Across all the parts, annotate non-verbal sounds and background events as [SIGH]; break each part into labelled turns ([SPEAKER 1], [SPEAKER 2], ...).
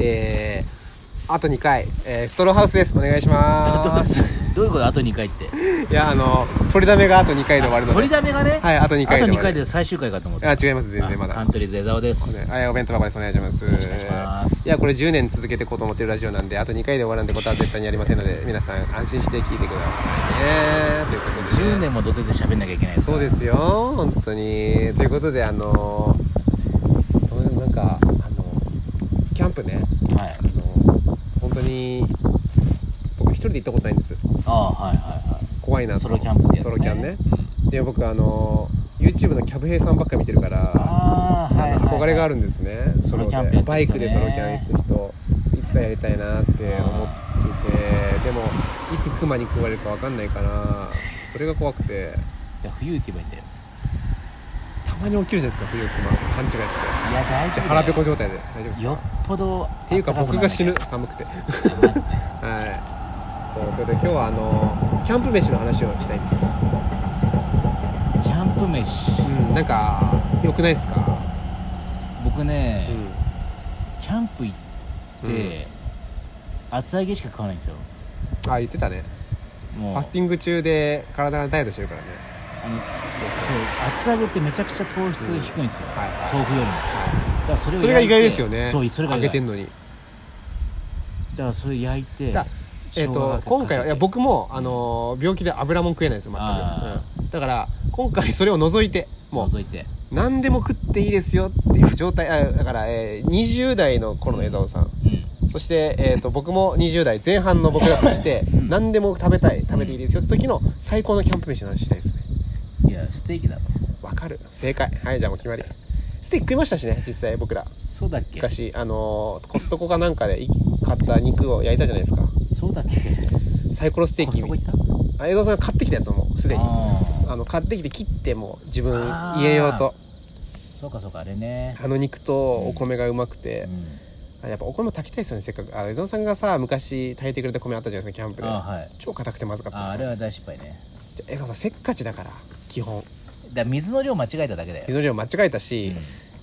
[SPEAKER 1] えー、あと2回、えー、ストローハウスですお願いします
[SPEAKER 2] [LAUGHS] どういうことあと2回って
[SPEAKER 1] いやあの取りだめがあと2回で終わるので
[SPEAKER 2] 取りだめがね
[SPEAKER 1] はいあと2回で終
[SPEAKER 2] あと2
[SPEAKER 1] わる
[SPEAKER 2] 回で最終回かと思って
[SPEAKER 1] あ違います全然まだ
[SPEAKER 2] カントリーズ江澤です
[SPEAKER 1] はい、お弁当箱です。お願いします。
[SPEAKER 2] しくお願いします
[SPEAKER 1] いや、これ10年続けていこうと思ってるラジオなんで、あと2回で終わるなんてことは絶対にありませんので、皆さん安心して聞いてくださいね。ということで、
[SPEAKER 2] 10年も土手で喋んなきゃいけない
[SPEAKER 1] そうですよ、本当に。ということで、あのー、どうなんか、あのキャンプね、
[SPEAKER 2] はい
[SPEAKER 1] あの本当に、僕一人で行ったことないんです。
[SPEAKER 2] ああはいはい
[SPEAKER 1] 怖いな
[SPEAKER 2] はい
[SPEAKER 1] と。
[SPEAKER 2] ソロキャンプってやつ、ね、
[SPEAKER 1] ソロキャンね。で、僕、あの YouTube のキャブ兵さんばっか見てるから、
[SPEAKER 2] ああはい、はい、
[SPEAKER 1] 憧れがある
[SPEAKER 2] ん
[SPEAKER 1] んですね、
[SPEAKER 2] ソロキャンプ
[SPEAKER 1] で
[SPEAKER 2] やってる人ね
[SPEAKER 1] バイクでソロキャン行く人いつかやりたいなって思っててでもいつクマに食われるか分かんないからそれが怖くて
[SPEAKER 2] いや冬行けばいいんだよ
[SPEAKER 1] たまに起きるじゃないですか冬クマ勘違いして
[SPEAKER 2] いや大丈夫
[SPEAKER 1] 腹ペコ
[SPEAKER 2] よ
[SPEAKER 1] 状態で大丈夫ですか
[SPEAKER 2] よっぽど
[SPEAKER 1] っていうか僕が死ぬ
[SPEAKER 2] あった
[SPEAKER 1] 寒くてはい
[SPEAKER 2] かくなら
[SPEAKER 1] [LAUGHS]
[SPEAKER 2] なきゃいけない
[SPEAKER 1] そうということで今日はあのキャンプ飯の話をしたいんです、
[SPEAKER 2] キャンプ飯、
[SPEAKER 1] うん、なんか良くないですか、
[SPEAKER 2] 僕
[SPEAKER 1] う
[SPEAKER 2] ね、
[SPEAKER 1] ん、
[SPEAKER 2] キャンプ行って、厚揚げしか食わないんですよ
[SPEAKER 1] あ言ってたね
[SPEAKER 2] も
[SPEAKER 1] フ
[SPEAKER 2] う
[SPEAKER 1] ァスティング中で体がダイエットしてるからね
[SPEAKER 2] あの
[SPEAKER 1] そう
[SPEAKER 2] そう厚揚げってめちゃくちゃ糖質低いんですよ、
[SPEAKER 1] はいはい
[SPEAKER 2] 豆腐よりもだからそれを
[SPEAKER 1] それが
[SPEAKER 2] 焼い
[SPEAKER 1] 意外で
[SPEAKER 2] て
[SPEAKER 1] すよね
[SPEAKER 2] そうそれが
[SPEAKER 1] 揚
[SPEAKER 2] 意
[SPEAKER 1] げ
[SPEAKER 2] 外
[SPEAKER 1] てんのに
[SPEAKER 2] だからそれ焼いて
[SPEAKER 1] だえっ
[SPEAKER 2] 生姜か
[SPEAKER 1] と
[SPEAKER 2] けて
[SPEAKER 1] 今回はいや僕も、あのー病気で油も食えないんですよ
[SPEAKER 2] あ
[SPEAKER 1] 全く、うんだから今回それを除いてもう
[SPEAKER 2] 覗いて
[SPEAKER 1] 何でも食っていいですよっていう状態あだから、えー20代の頃の江澤さん
[SPEAKER 2] うん
[SPEAKER 1] そして、えっと僕も20代前半の僕だとして、
[SPEAKER 2] うん
[SPEAKER 1] 何でも食べたい食べていいですよって時の最高のキャンプ飯の話したいですね
[SPEAKER 2] いやステーキだろ
[SPEAKER 1] わかる正解はいじゃあもう決まりステーキ食いましたしね実際僕ら
[SPEAKER 2] そうだっけ
[SPEAKER 1] 昔あのーコストコかなんかでい買った肉を焼いたじゃないですか
[SPEAKER 2] そうだっけ
[SPEAKER 1] サイコロステー
[SPEAKER 2] コ
[SPEAKER 1] キ
[SPEAKER 2] ストコ行った
[SPEAKER 1] あ江戸さんが買ってきたやつをもうすでに
[SPEAKER 2] あ
[SPEAKER 1] あの買ってきて切ってもう自分
[SPEAKER 2] あー
[SPEAKER 1] 家用と
[SPEAKER 2] ーそうかそうかあれね
[SPEAKER 1] あ、の肉とお米がうまくて
[SPEAKER 2] う、ん、
[SPEAKER 1] あやっぱお米も炊きたいですよねせっかくあ江戸さんがさ昔炊いてくれた米あったじゃないですかキャンプで
[SPEAKER 2] あーはい
[SPEAKER 1] 超硬くてまずかった
[SPEAKER 2] あーあ
[SPEAKER 1] です
[SPEAKER 2] れ
[SPEAKER 1] よ
[SPEAKER 2] は大失敗ね
[SPEAKER 1] じゃあ江戸さんせっかちだから基本
[SPEAKER 2] だから水の量間違えただけだよ
[SPEAKER 1] 水の量間違えたし、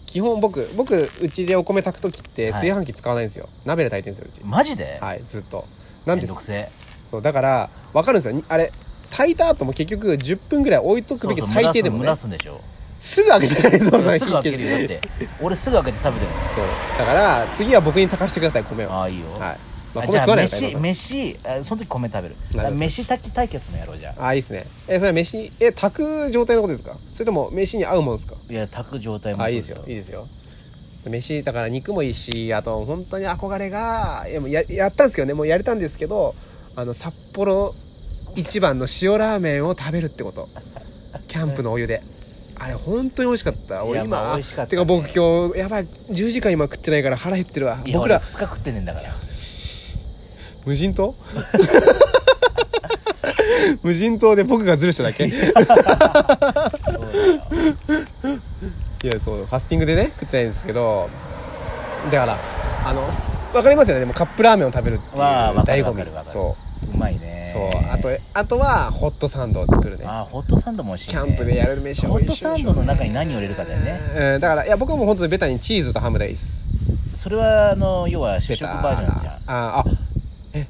[SPEAKER 1] 基本僕僕うちでお米炊く時って
[SPEAKER 2] はい
[SPEAKER 1] 炊飯器使わないんですよ、鍋で炊いてるんです
[SPEAKER 2] う
[SPEAKER 1] よ
[SPEAKER 2] んマジで
[SPEAKER 1] うちはいずっとな
[SPEAKER 2] め
[SPEAKER 1] ん
[SPEAKER 2] ん
[SPEAKER 1] で
[SPEAKER 2] どく
[SPEAKER 1] す
[SPEAKER 2] せえ
[SPEAKER 1] そうだから分かるんですよにあれ炊いた後も結局10分ぐらい置いとくべき
[SPEAKER 2] そうそう
[SPEAKER 1] 最低でも
[SPEAKER 2] 蒸
[SPEAKER 1] ね
[SPEAKER 2] らすんで
[SPEAKER 1] [LAUGHS]
[SPEAKER 2] しょ
[SPEAKER 1] すぐ開けてないぞ
[SPEAKER 2] 俺すぐ開けるよだって俺すぐ開けて食べてる
[SPEAKER 1] そうだから次は僕に炊かしてください米を
[SPEAKER 2] の
[SPEAKER 1] はい、
[SPEAKER 2] ああいいよ、
[SPEAKER 1] まあ、米
[SPEAKER 2] あじゃ
[SPEAKER 1] 食
[SPEAKER 2] あ
[SPEAKER 1] わないです
[SPEAKER 2] 飯飯あその時米食べる
[SPEAKER 1] なるほど
[SPEAKER 2] 飯炊き対決もやろうじゃあ
[SPEAKER 1] ああいいですねえそれは飯え炊く状態のことですかそれとも飯に合うものですか
[SPEAKER 2] いや炊く状態も
[SPEAKER 1] あ
[SPEAKER 2] そ
[SPEAKER 1] あ
[SPEAKER 2] う
[SPEAKER 1] いいで
[SPEAKER 2] だ
[SPEAKER 1] す
[SPEAKER 2] けど
[SPEAKER 1] よいいですよ飯だから肉もいいしあと本当に憧れがいやもうややったんですけどねもうやれたんですけどあの札幌一番の塩ラーメンを食べるってことキャンプのお湯であれ本当に美味しかった俺
[SPEAKER 2] いやまあ
[SPEAKER 1] 今
[SPEAKER 2] 美味しかった
[SPEAKER 1] て
[SPEAKER 2] ね
[SPEAKER 1] か僕今日やばい10時間今食ってないから腹減ってるわ
[SPEAKER 2] いや
[SPEAKER 1] 僕
[SPEAKER 2] 俺
[SPEAKER 1] ら
[SPEAKER 2] 2日食ってねえ
[SPEAKER 1] [LAUGHS]
[SPEAKER 2] んだから
[SPEAKER 1] 無人島 [LAUGHS] 無人島で僕がズルしただけいやそうファスティングでね食ってないんですけどだからあの分かりますよねでもカップラーメンを食べるっていう
[SPEAKER 2] わあわか
[SPEAKER 1] 醍
[SPEAKER 2] る
[SPEAKER 1] 醐
[SPEAKER 2] わかるわ
[SPEAKER 1] 味
[SPEAKER 2] かる
[SPEAKER 1] そう
[SPEAKER 2] まいね
[SPEAKER 1] うそうあとあとはホットサンドを作るね
[SPEAKER 2] あーホットサンドも美味しい、
[SPEAKER 1] キ
[SPEAKER 2] ね、
[SPEAKER 1] ャンプでやる飯は美味しいでしょ
[SPEAKER 2] ホットサンドの中に何を入れるかだよね
[SPEAKER 1] うんだからいや僕はもう本当にベタにチーズとハムでいいです
[SPEAKER 2] それはあの要は主
[SPEAKER 1] ベ
[SPEAKER 2] 食
[SPEAKER 1] タ
[SPEAKER 2] バージョンじゃん
[SPEAKER 1] ああえ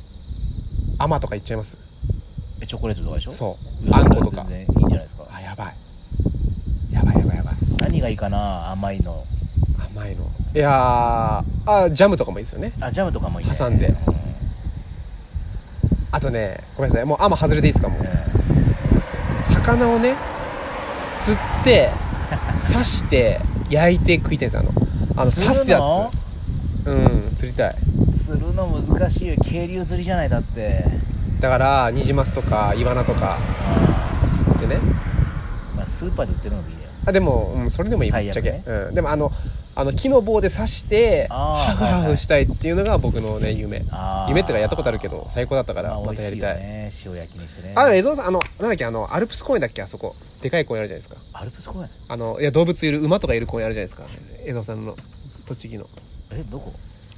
[SPEAKER 1] 甘とかいっちゃいます
[SPEAKER 2] えチョコレートとかでしょ
[SPEAKER 1] そう
[SPEAKER 2] いや
[SPEAKER 1] あんことか
[SPEAKER 2] 全然いいんじゃないですか
[SPEAKER 1] あやばいやばいやばいやばい
[SPEAKER 2] 何がいいかな甘いの
[SPEAKER 1] 甘いのいやーあジャムとかもいいですよね
[SPEAKER 2] あジャムとかもいい、ね、
[SPEAKER 1] 挟んで
[SPEAKER 2] う
[SPEAKER 1] あとねごめんなさいもう甘外れでいいですかもう
[SPEAKER 2] う
[SPEAKER 1] 魚をね釣って
[SPEAKER 2] [LAUGHS]
[SPEAKER 1] 刺して焼いて食いたいですあのあの
[SPEAKER 2] 釣
[SPEAKER 1] 刺
[SPEAKER 2] るの
[SPEAKER 1] すやつうん釣りたい
[SPEAKER 2] ん釣るの難しいよ渓流釣りじゃないだって
[SPEAKER 1] だからニジマスとかイワナとか
[SPEAKER 2] あ
[SPEAKER 1] 釣ってね
[SPEAKER 2] ーまあスーパーで売ってるのでいいよ
[SPEAKER 1] あでも、うん、それでもいいぶ
[SPEAKER 2] 最
[SPEAKER 1] っ
[SPEAKER 2] 悪
[SPEAKER 1] ちゃけ、
[SPEAKER 2] ね
[SPEAKER 1] うん、でもあのあの木の棒で刺して
[SPEAKER 2] あ
[SPEAKER 1] ハ
[SPEAKER 2] ー
[SPEAKER 1] フハフしたいっていうのが僕のね夢
[SPEAKER 2] あー
[SPEAKER 1] 夢ってかやったことあるけど最高だったから
[SPEAKER 2] まあ
[SPEAKER 1] またやりたい,、
[SPEAKER 2] 美味しいよね塩焼きにしてね
[SPEAKER 1] あ江蔵さんあのなんだっけあのアルプス公園だっけあそこでかい公園あるじゃないですか
[SPEAKER 2] アルプス公園
[SPEAKER 1] あのいや動物いる馬とかいる公園あるじゃないですか江蔵さんの栃木の
[SPEAKER 2] えどこ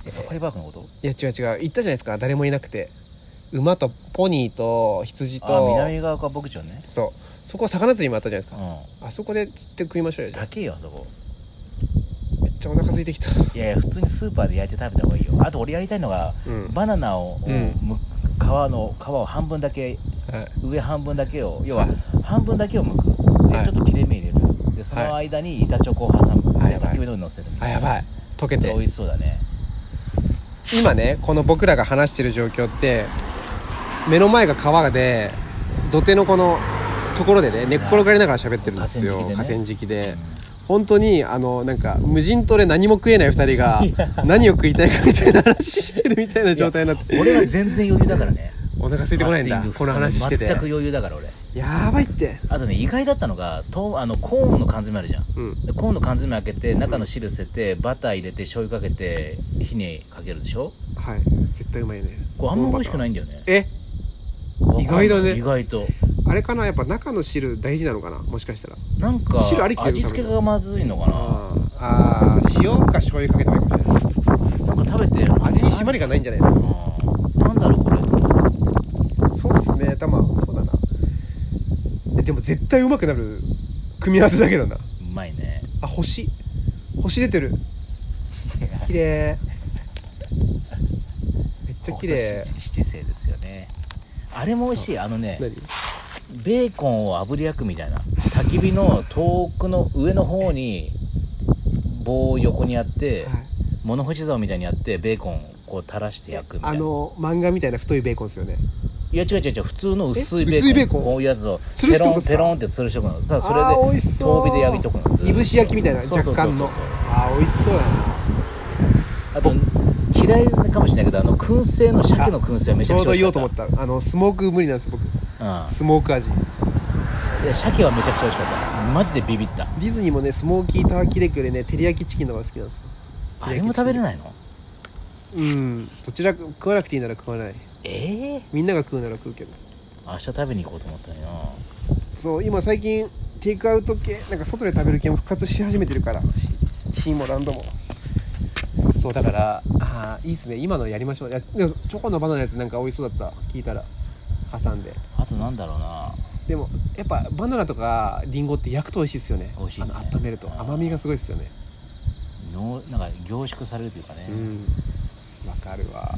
[SPEAKER 2] えサファリパークのこと
[SPEAKER 1] いや違う違う行ったじゃないですか誰もいなくて馬とポニーと羊
[SPEAKER 2] あ
[SPEAKER 1] と
[SPEAKER 2] 南川か牧場ね
[SPEAKER 1] そうそこ魚釣りもあったじゃないです
[SPEAKER 2] う
[SPEAKER 1] か、
[SPEAKER 2] ん
[SPEAKER 1] あそこで釣って食いましょうよじゃあ
[SPEAKER 2] 高えよあそこ
[SPEAKER 1] めっちちゃお腹空いてきた
[SPEAKER 2] いやいや普通にスーパーで焼いて食べた方がいいよあと俺やりたいのが
[SPEAKER 1] うん
[SPEAKER 2] バナナを、
[SPEAKER 1] うん
[SPEAKER 2] む皮の皮を半分だけ
[SPEAKER 1] はい
[SPEAKER 2] 上半分だけを要
[SPEAKER 1] は
[SPEAKER 2] はい半分だけを剥くで、
[SPEAKER 1] はい
[SPEAKER 2] ちょっと切れ目入れるでその間に板チョコを挟む、
[SPEAKER 1] はい
[SPEAKER 2] で
[SPEAKER 1] はい
[SPEAKER 2] 焚き火の上に乗せるみ
[SPEAKER 1] あ
[SPEAKER 2] たい
[SPEAKER 1] やばい溶け
[SPEAKER 2] なで美
[SPEAKER 1] て
[SPEAKER 2] 味しそうだね
[SPEAKER 1] 今ねこの僕らが話してる状況って目の前が川で土手のこのところでね寝っ転がりながら喋ってるんですよ河
[SPEAKER 2] 河
[SPEAKER 1] 川
[SPEAKER 2] 川
[SPEAKER 1] 敷
[SPEAKER 2] う
[SPEAKER 1] で,、
[SPEAKER 2] ん
[SPEAKER 1] 本当にあのなんか無人島で何も食えない2人が何を食いたいかみたいな話してるみたいな状態になって
[SPEAKER 2] 俺は全然余裕だからね
[SPEAKER 1] お腹空いてこないんだ
[SPEAKER 2] ファスティ
[SPEAKER 1] こ
[SPEAKER 2] ング
[SPEAKER 1] の話してて
[SPEAKER 2] 全く余裕だから俺
[SPEAKER 1] やばいって
[SPEAKER 2] あとね意外だったのがとあのコーンの缶詰あるじゃん
[SPEAKER 1] うん
[SPEAKER 2] でコーンの缶詰開けて中の汁捨ててバター入れて醤油かけて火にかけるでしょ
[SPEAKER 1] はい絶対うまいね
[SPEAKER 2] これあんま美味しくないんだよね
[SPEAKER 1] え意外だね
[SPEAKER 2] わかんない意外と
[SPEAKER 1] あれかなやっぱ中の汁大事なのかなもしかしたら
[SPEAKER 2] なんか
[SPEAKER 1] 汁ありきで
[SPEAKER 2] 味付けがまずいのかな
[SPEAKER 1] あーあー塩か醤油かけてもいいかもしれないです
[SPEAKER 2] なんか食べて
[SPEAKER 1] 味に締まりがないんじゃないですか
[SPEAKER 2] うんなんだろうこれ
[SPEAKER 1] そうっすねたまそうだなえでも絶対うまくなる組み合わせだけどな
[SPEAKER 2] うまいね
[SPEAKER 1] あ星星出て [LAUGHS] る綺 [LAUGHS] 麗めっちゃ綺麗
[SPEAKER 2] 北斗七星ですよねあれも美味しいあのね
[SPEAKER 1] 何
[SPEAKER 2] ベーコンを炙り焼くみたいな焚き火の遠くの上の方に棒を横にやって
[SPEAKER 1] はい
[SPEAKER 2] 物干し竿みたいにやってベーコンをこう垂らして焼くみたい
[SPEAKER 1] あ
[SPEAKER 2] な
[SPEAKER 1] の漫画みたいな太いベーコンですよね
[SPEAKER 2] いや違う違う違う普通の薄い
[SPEAKER 1] え
[SPEAKER 2] ベーコン
[SPEAKER 1] 薄いベーコン
[SPEAKER 2] こういうやつを
[SPEAKER 1] 吊るし
[SPEAKER 2] ペ
[SPEAKER 1] て
[SPEAKER 2] ロ
[SPEAKER 1] ことで
[SPEAKER 2] ン
[SPEAKER 1] すか
[SPEAKER 2] ペロンって吊るしておくのさあそれ
[SPEAKER 1] あー美
[SPEAKER 2] で
[SPEAKER 1] 味しそう
[SPEAKER 2] 遠火で焼いとくのずーっと
[SPEAKER 1] いぶし焼きみたいな
[SPEAKER 2] そう
[SPEAKER 1] 若
[SPEAKER 2] そうそう
[SPEAKER 1] 干
[SPEAKER 2] そ
[SPEAKER 1] の
[SPEAKER 2] う
[SPEAKER 1] あー美味しそうだな
[SPEAKER 2] あと嫌いかもしれないけどあの燻製の鮭の燻製はめち
[SPEAKER 1] ち
[SPEAKER 2] ゃ
[SPEAKER 1] ょ
[SPEAKER 2] く
[SPEAKER 1] う
[SPEAKER 2] ちゃ
[SPEAKER 1] ど
[SPEAKER 2] 美味
[SPEAKER 1] 言お
[SPEAKER 2] し
[SPEAKER 1] うと
[SPEAKER 2] か
[SPEAKER 1] 思
[SPEAKER 2] っ
[SPEAKER 1] ったあのスモーク無理なんです僕
[SPEAKER 2] た
[SPEAKER 1] スモーク味
[SPEAKER 2] うんいや鮭はめちゃくちゃ美味しかったマジでビビった
[SPEAKER 1] ディズニーもねスモーキーターキーレッグよりね照り焼きチキンの方が好きなんですよ
[SPEAKER 2] あれも食べれないの
[SPEAKER 1] うんどちらか食わなくていいなら食わない
[SPEAKER 2] ええ
[SPEAKER 1] みんなが食うなら食うけど
[SPEAKER 2] 明日食べに行こうと思ったのにな
[SPEAKER 1] そう今最近テイクアウト系なんか外で食べる系も復活し始めてるからしシーもランドもそうだからあーいいっすね今のやりましょういやでもチョコのバナナのやつなんか美味しそうだった聞いたら挟んで
[SPEAKER 2] あとなんだろうな
[SPEAKER 1] でもやっぱバナナとかリンゴって焼くと美味しいですよね
[SPEAKER 2] 美味しいね
[SPEAKER 1] あの温めると甘みがすごいですよね
[SPEAKER 2] のなんか凝縮されるというかね、
[SPEAKER 1] うんわかるわ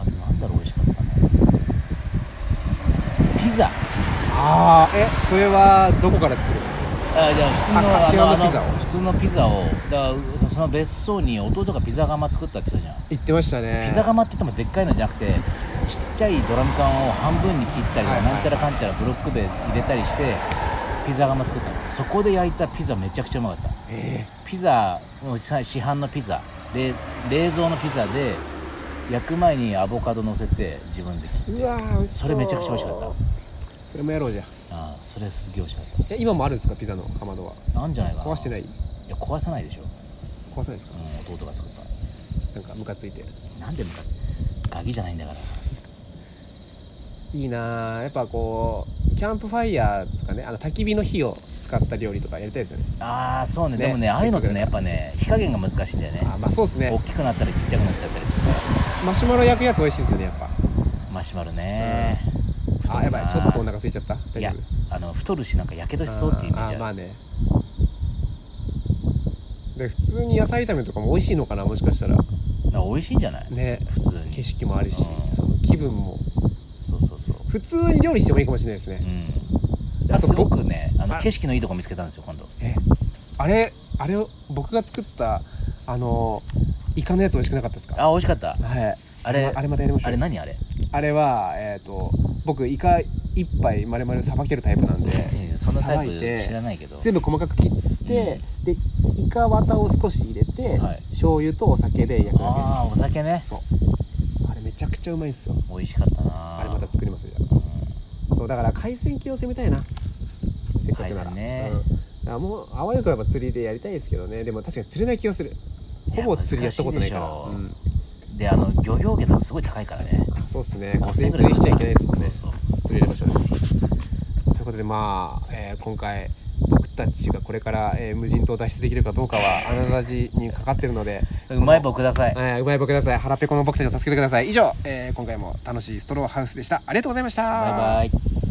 [SPEAKER 2] あとなんだろう美味しかったねピザ
[SPEAKER 1] ああえそれはどこから作る
[SPEAKER 2] あじゃ
[SPEAKER 1] あ
[SPEAKER 2] あ普
[SPEAKER 1] カ
[SPEAKER 2] 通
[SPEAKER 1] シ
[SPEAKER 2] の
[SPEAKER 1] ワ
[SPEAKER 2] あ
[SPEAKER 1] の
[SPEAKER 2] の
[SPEAKER 1] ピザを
[SPEAKER 2] あの普通のピザをだからその別荘に弟がピザ窯作ったって言ったじゃん
[SPEAKER 1] 言ってましたね
[SPEAKER 2] ピザ窯って言ってもでっかいのじゃなくてちっちゃいドラム缶を半分に切ったりと
[SPEAKER 1] は
[SPEAKER 2] か
[SPEAKER 1] いはい
[SPEAKER 2] なんちゃらかんちゃらブロックで入れたりしてピザ窯作ったのそこで焼いたピザめちゃくちゃうまかった
[SPEAKER 1] え
[SPEAKER 2] ピザもうさ市販のピザで冷蔵のピザで焼く前にアボカド乗せて自分で切
[SPEAKER 1] えうわー美味しう
[SPEAKER 2] それめちゃくちゃ美味しかった
[SPEAKER 1] それもやろうじゃん
[SPEAKER 2] ああそれすげえ美味しかっ
[SPEAKER 1] え今もあるんですかピザのかまどは
[SPEAKER 2] たなんじゃないかな
[SPEAKER 1] 壊してないい
[SPEAKER 2] や壊さないでしょ、
[SPEAKER 1] 壊さないですか
[SPEAKER 2] うん、弟が作った
[SPEAKER 1] なんかムカついて
[SPEAKER 2] なんでムカガキじゃないんだから
[SPEAKER 1] いいなあやっぱこうキャンプファイヤーですかねあの焚き火の火を使った料理とかやりたいですよね
[SPEAKER 2] ああそうね
[SPEAKER 1] ね
[SPEAKER 2] でもねああいうのってねやっぱね火加減が難しいんだよね
[SPEAKER 1] あまあそうですね
[SPEAKER 2] 大きくなったりちっちゃくなっちゃったりする
[SPEAKER 1] マシュマロ焼くやつ美味しいですよねやっ
[SPEAKER 2] マシュマロね、
[SPEAKER 1] ぱ
[SPEAKER 2] 太る
[SPEAKER 1] あ
[SPEAKER 2] な
[SPEAKER 1] やばいちょっとお腹空いちゃった大
[SPEAKER 2] い
[SPEAKER 1] 丈
[SPEAKER 2] や
[SPEAKER 1] 夫
[SPEAKER 2] あの太るしなんかやけどしそうっていうイメージ
[SPEAKER 1] あ
[SPEAKER 2] あ
[SPEAKER 1] ー
[SPEAKER 2] る
[SPEAKER 1] まあねで普通に野菜炒めとかも美味しいのかなもしかしたら
[SPEAKER 2] なんか美味しいんじゃない、
[SPEAKER 1] ね
[SPEAKER 2] 普通に
[SPEAKER 1] 景色もあるし
[SPEAKER 2] うん
[SPEAKER 1] その気分も
[SPEAKER 2] そうそうそう
[SPEAKER 1] 普通に料理してもいいかもしれないです
[SPEAKER 2] う
[SPEAKER 1] ね
[SPEAKER 2] ん
[SPEAKER 1] あと
[SPEAKER 2] すごくねあの
[SPEAKER 1] あ
[SPEAKER 2] 景色のいいとこ見つけたんですよ今度
[SPEAKER 1] えあれあれを僕が作ったあのイカのやつ美味しくなかったですか
[SPEAKER 2] あ美味しかっ
[SPEAKER 1] は
[SPEAKER 2] た
[SPEAKER 1] い
[SPEAKER 2] あれ
[SPEAKER 1] あれまたやりましょう
[SPEAKER 2] あれ何あれ
[SPEAKER 1] あれはえっ、と僕イカ一杯丸々さばけるタイプなんで
[SPEAKER 2] そんなタ
[SPEAKER 1] さ
[SPEAKER 2] イ
[SPEAKER 1] ばい
[SPEAKER 2] プ
[SPEAKER 1] て
[SPEAKER 2] 知らないけど
[SPEAKER 1] 全部細かく切って、でイカ綿を少し入れて、
[SPEAKER 2] はい
[SPEAKER 1] 醤油とお酒で焼くだ
[SPEAKER 2] ああお酒ね
[SPEAKER 1] けですそうあれめちゃくちゃうまいんですよ
[SPEAKER 2] 美味しかったな
[SPEAKER 1] あれまた作りますよじゃ
[SPEAKER 2] う
[SPEAKER 1] あそうだから海鮮系を攻めたいなせっかくな
[SPEAKER 2] 海
[SPEAKER 1] ら
[SPEAKER 2] 鮮ね
[SPEAKER 1] うんだからもうあわよくばやっぱ釣りでやりたいですけどねでも確かに釣れない気がする
[SPEAKER 2] い
[SPEAKER 1] ほ
[SPEAKER 2] や
[SPEAKER 1] ぼ釣りやったことないから
[SPEAKER 2] 難し
[SPEAKER 1] う
[SPEAKER 2] いでしょ
[SPEAKER 1] ん
[SPEAKER 2] んであの漁業権とかすごい高いからね
[SPEAKER 1] あそうですね勝
[SPEAKER 2] 5000
[SPEAKER 1] 手に
[SPEAKER 2] 円ぐらい
[SPEAKER 1] 釣りしちゃいけないですもんね
[SPEAKER 2] そうそう
[SPEAKER 1] 釣り入れましょうねということでまあ、えー今回僕たちがこれから、えー無人島脱出できるかどうかはあなたたちにかかってるので、
[SPEAKER 2] うまい棒ください。
[SPEAKER 1] えーうまい棒ください腹ペコの僕たちを助けてください以上、えー今回も楽しいストローハウスでしたありがとうございました
[SPEAKER 2] バイバイ。